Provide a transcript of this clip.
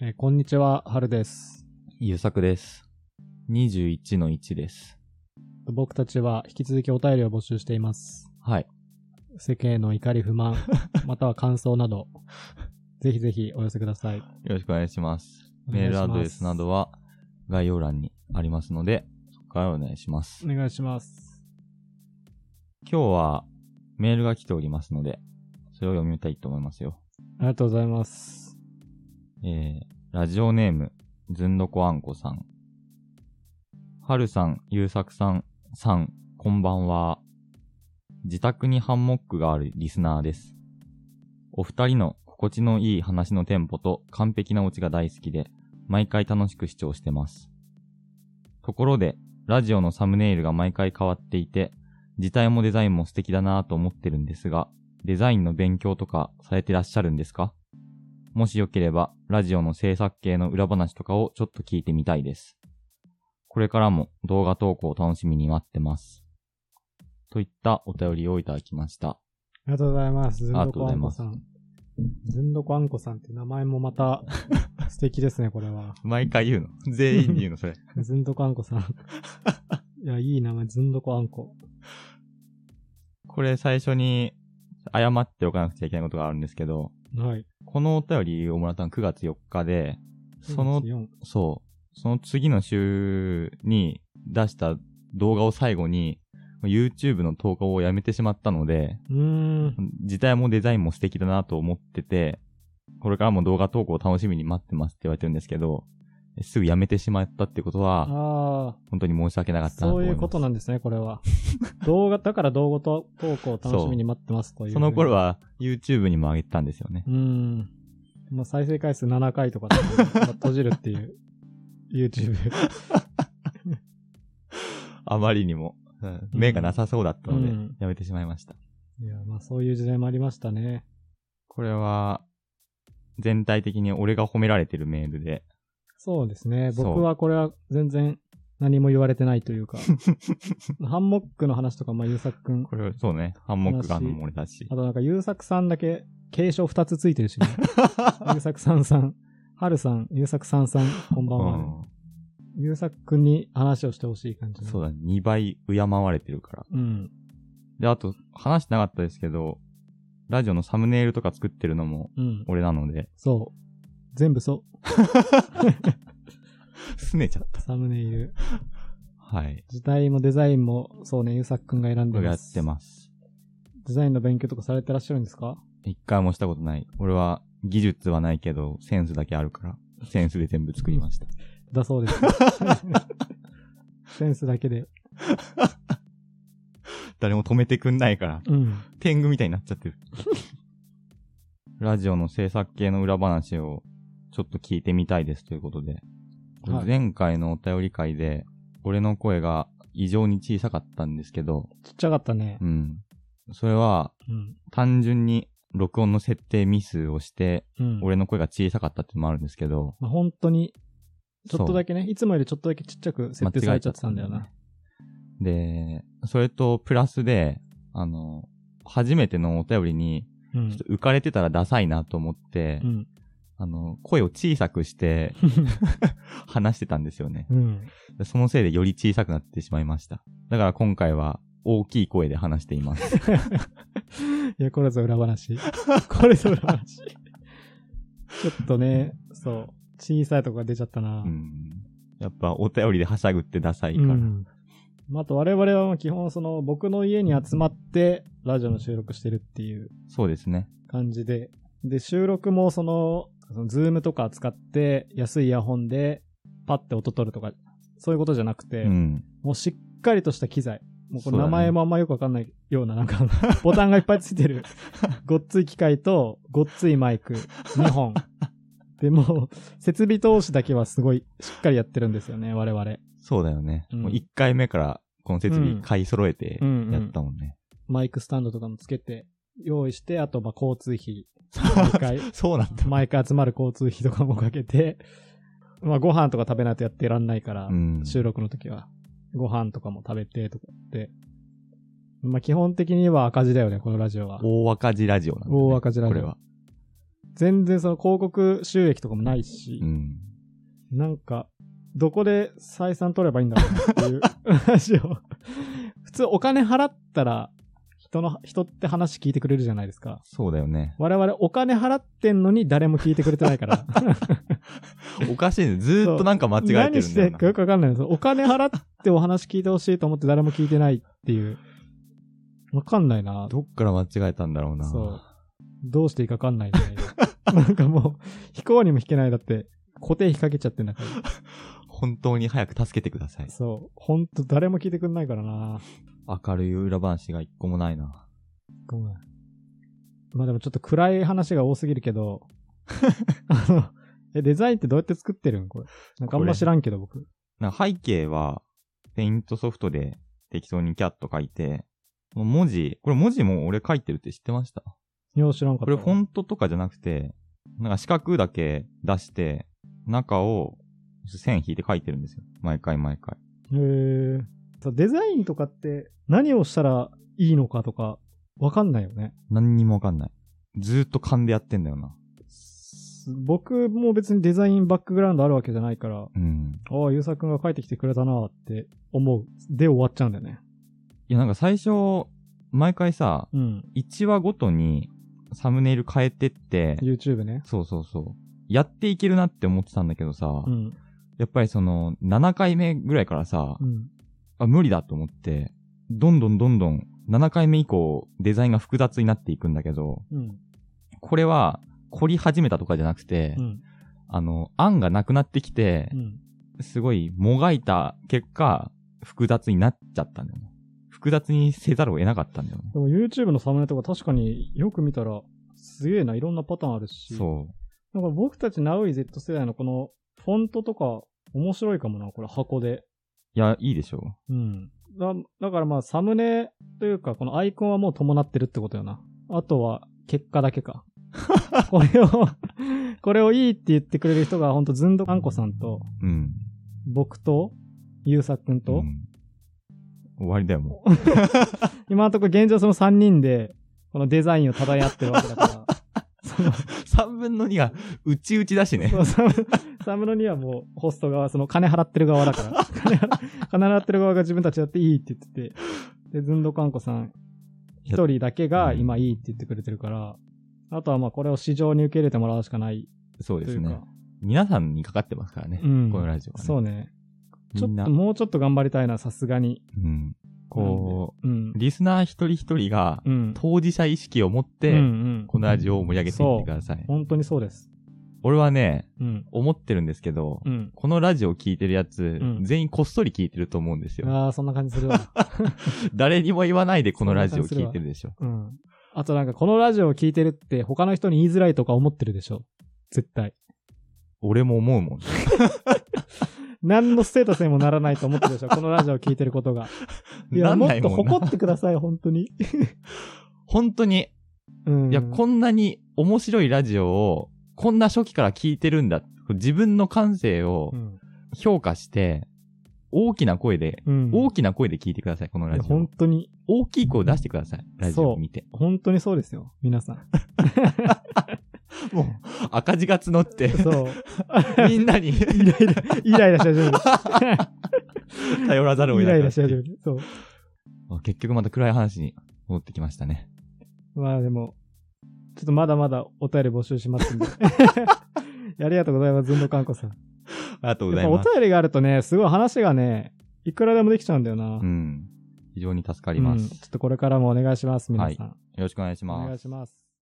えーこんにちは、はるです。ゆさくです。21の1です。僕たちは引き続きお便りを募集しています。はい。世間への怒り不 満、または感想など、ぜひぜひお寄せください。よよろしくお願いします。お願メいしーますルアドレスなどは概要欄にありますので、そこからお願いします。お願いします。今日はメールが来ておりますので、それを読みたいと思いますよ。ありがとうございます。えー、ラジオネーム、ずんどこあんこさん。はるさん、ゆうさくさん、さん、こんばんは。自宅にハンモックがあるリスナーです。お二人の心地のいい話のテンポと完璧なオチが大好きで、毎回楽しく視聴してます。ところで、ラジオのサムネイルが毎回変わっていて、自体もデザインも素敵だなぁと思ってるんですが、デザインの勉強とかされてらっしゃるんですかもしよければ、ラジオの制作系の裏話とかをちょっと聞いてみたいです。これからも動画投稿を楽しみに待ってます。といったお便りをいただきました。ありがとうございます。ずんありどがとうこごあざいんこますさん。ずんどこあんこさんって名前もま た素敵ですね、これは。毎回言うの 全員に言うのそれ。ずんどこあん こさん。いや、いい名前、ずんどこあんこ。これ最初に謝っておかなくちゃいけないことがあるんですけど、はい。このお便りをもらったの9月4日で、その、 4。そう、その次の週に出した動画を最後に、YouTube の投稿をやめてしまったので、うーん。自体もデザインも素敵だなと思ってて、これからも動画投稿を楽しみに待ってますって言われてるんですけど、すぐやめてしまったってことは、ああ。本当に申し訳なかったなとそ思ういいます。うことなんですね、これ は。動画、だから動画と投稿を楽しみに待ってますという、その頃。は YouTube にも上げてたんですよねう。ーん。まあ、再生回数7回とかだったのでまあ閉じるっていう、YouTube。 あまりにも、うん目がなさそうだったのうでん、やめてしまいました。いや、まあそういう時代もありましたね。これは、全体的に俺が褒められてるメールで、そうですね。そう僕はこれは全然何も言われてないと いうか。ハンモックの話とか、まあ、ゆうさくくん。これ、そうね、ハンモックがあるのも俺だしあ、となんか、ゆうさくさんだけ、継承2つついてるし ね。ゆうさくさんさん、はるさん、ゆうさくさんさん、こんばんは。ゆうさくくんに話をしてほしい感じうんの。そうだ、2倍敬われてるから。うん。で、あと、話してなかったですけど、ラジオのサムネイルとか作ってるのもうん。俺なので、そう。全部そすねちゃっう。サムネイル。た。はい。時代もデザインも、そうね、ゆうさくくんが選んで俺やまっす。てます。デザインの勉強とかされてらっしゃるんですか一回もしたことない。俺は技術はないけど、センスだけあるから、センスで全部作りました。だそう です。センスだけで。誰も止めてくんないから、うん。天狗みたいになっちゃ ってる。ラジオの制作系の裏話をちょっと聞いてみたいですということで、はい前回のお便り会で、俺の声が異常に小さかったんですけど、ちっちゃかったねう。ん。それは、うん。単純に録音の設定ミスをして、うん。俺の声が小さかったってのもあるんですけど、まあ、本当に、ちょっとだけけね、いつもよりちょっとだけちっちゃく設定されちゃってたんだよな。。で、それとプラスで、あの、初めてのお便りに、うちょっんと。浮かれてたらダサいなと思って、うん。あの、声を小さくして 話してたんですよね。うん。でそのせいでより小さくなってしまいました。だから今回は大きい声で話しています。いや、これぞ裏話。 これぞ裏話。ちょっとね、そう。小さいとこが出ちゃったな。うんやっぱお便りではしゃぐってダサいから。うんまああと我々はもう基本その僕の家に集まってラジオの収録してるっていうそうですね。感じで、で、収録もその、そのズームとか使って安いイヤホンでパッて音取るとか、そういうことじゃなくて、うん。もうしっかりとした機材。もうこそうれだ名ね前もあんまよくわかんないような、なんか、 ボタンがいっぱいついてる、ごっつい機械と、ごっついマイク、2本。で、もう、設備投資だけはすごい、しっかりやってるんですよね、我々。そうだよね。うんもう1回目からこの設う備ん買い揃えてうんうんやったもんね。マイクスタンドとかもつけて、用意して、あと、まあ、交通費、毎回、そうなんだ。毎回集まる交通費とかもかけて、まあ、ご飯とか食べないとやってらんないから、うん。収録の時は、ご飯とかも食べて、とかって。まあ、基本的には赤字だよね、このラジオは。大赤字ラジオなんだ、ね。大赤字ラジオこれは。全然その広告収益とかもないしう、ん。なんか、どこで採算取ればいいんだろうなっていう話を。 普通お金払ったら、人の、人って話聞いてくれるじゃないですか。そうだよ ね。我々お金払ってんのに誰も聞いてくれてないから。おかしいね。ずーっとなんか間違えてるんだよな。何してるかよくわかんないです。お金払ってお話聞いてほしいと思って誰も聞いてないっていう。わかんないな。どっから間違えたんだろうな。そう。どうしていいかわかんないじゃないですか なんかもう、飛行にも引けない。だって、固定費かけちゃってんだから。本当に早く助けてください。そう。ほんと誰も聞いてくんないからな。明るい裏話が一個もないな。ごめん。まあでもちょっと暗い話が多すぎるけ ど、あの、え、デザインってどうやって作ってるんこれ。なんかあんま知らんけど僕。なんか背景は、ペイントソフトで適当にキャット書いて、もう文字、これ文字も俺書いてるって知ってましたよう知らんかった。これフォントとかじゃなくて、なんか四角だけ出して、中を線引いて書いてるんですよ。毎回毎回。へーさデザインとかって何をしたらいいのかとか、わかんないよね。何にもわかんない。ずーっと勘でやってんだよな。す僕も別にデザインバックグラウンドあるわけじゃないから、うん。ああ、ゆうさくんが書いてきてくれたなーって思う。で終わっちゃうんだよね。いやなんか最初、毎回さ、うん。 1話ごとにサムネイル変えてって、 YouTube ね。そうそうそう。やっていけるなって思ってたんだけどさ、うん。やっぱりその、7回目ぐらいからさ、うん。あ、無理だと思って、どんどんどんどん、7回目以降、デザインが複雑になっていくんだけど、うん。これは、凝り始めたとかじゃなくて、うん。あの、案がなくなってきてう、ん。すごいもがいた結果、複雑になっちゃったんだよね。複雑にせざるを得なかったんだよね。でも YouTube のサムネとか確かによく見たら、すげえな、いろんなパターンあるし。そなんか僕たちナウイ Z 世代のこのフォントとか面白いかもな、これ箱で。う。いや、いいでしょうん。だだからまあサムネというか、このアイコンはもう伴ってるってことよな。あとは結果だけ か。これを、これをいいって言ってくれる人がほんとずんどかんこさんと、う。うん。僕と、ゆうさくんと、うん終わりだ よ、も今のところ現状その3人で、このデザインをただ合ってるわけだから。そのう。3分の2が、うちうちだしねそ。うサムサムロにはもうホスト側、その金払ってる側だ から。金払 金払ってる側が自分たちやっていいって言ってて。で、ずんどかんこさん、一人だけが今いいって言ってくれてるから、あとはまあこれを市場に受け入れてもらうしかない そうとでいすうか。ね。皆さんにかかってますからね。うんこのラジオは、ね。そうね。ちょみんっなと、もうちょっと頑張りたいな、さすがに。うん。こうんう、。リスナー一人一人がう、ん。当事者意識を持っうんうて、んこのラジオを盛り上げていってください。本当にそうです。俺はね、うん。思ってるんですけど、うん。このラジオを聞いてるやつ、ん全員こっそり聞いてると思うんですよ。ああ、そんな感じするわ。誰にも言わないでこのラジオをそんな聞感いじすてるでしうょ。ん。あとなんか、このラジオを聞いてるって、他の人に言いづらいとか思ってるでしょ絶対。俺も思うもん。何のステータスにもならないと思ってるで しょこのラジオを聞いてることが。いや、なんもなっいともんな。誇ってください、本当に。本当に、うん。いや、こんなに面白いラジオを、こんな初期から聞いてるんだ。自分の感性をうん。評価して、大きな声で、うん。大きな声で聞いてください、このいラやジオ本。当に、大きい声を出してください、ラジオを見て。本当にそうですよ、皆さん。もう、赤字が募って、そう。 みんな にイライラ、イライラし始める。 頼らざるをイ得なラいイラし始める。そう。結局また暗い話に戻ってきましたね。まあでも、ちょっとまだまだお便り募集しますん で。ありがとうございます、ずんどかんこさん。ありがとうごやっぱざいおます。便りがあるとね、すごい話がね、いくらでもできちゃうんだよな。うん。非常に助かります。うんちょっとこれからもお願いします、皆さん。よろしくお願いしおます願い。します。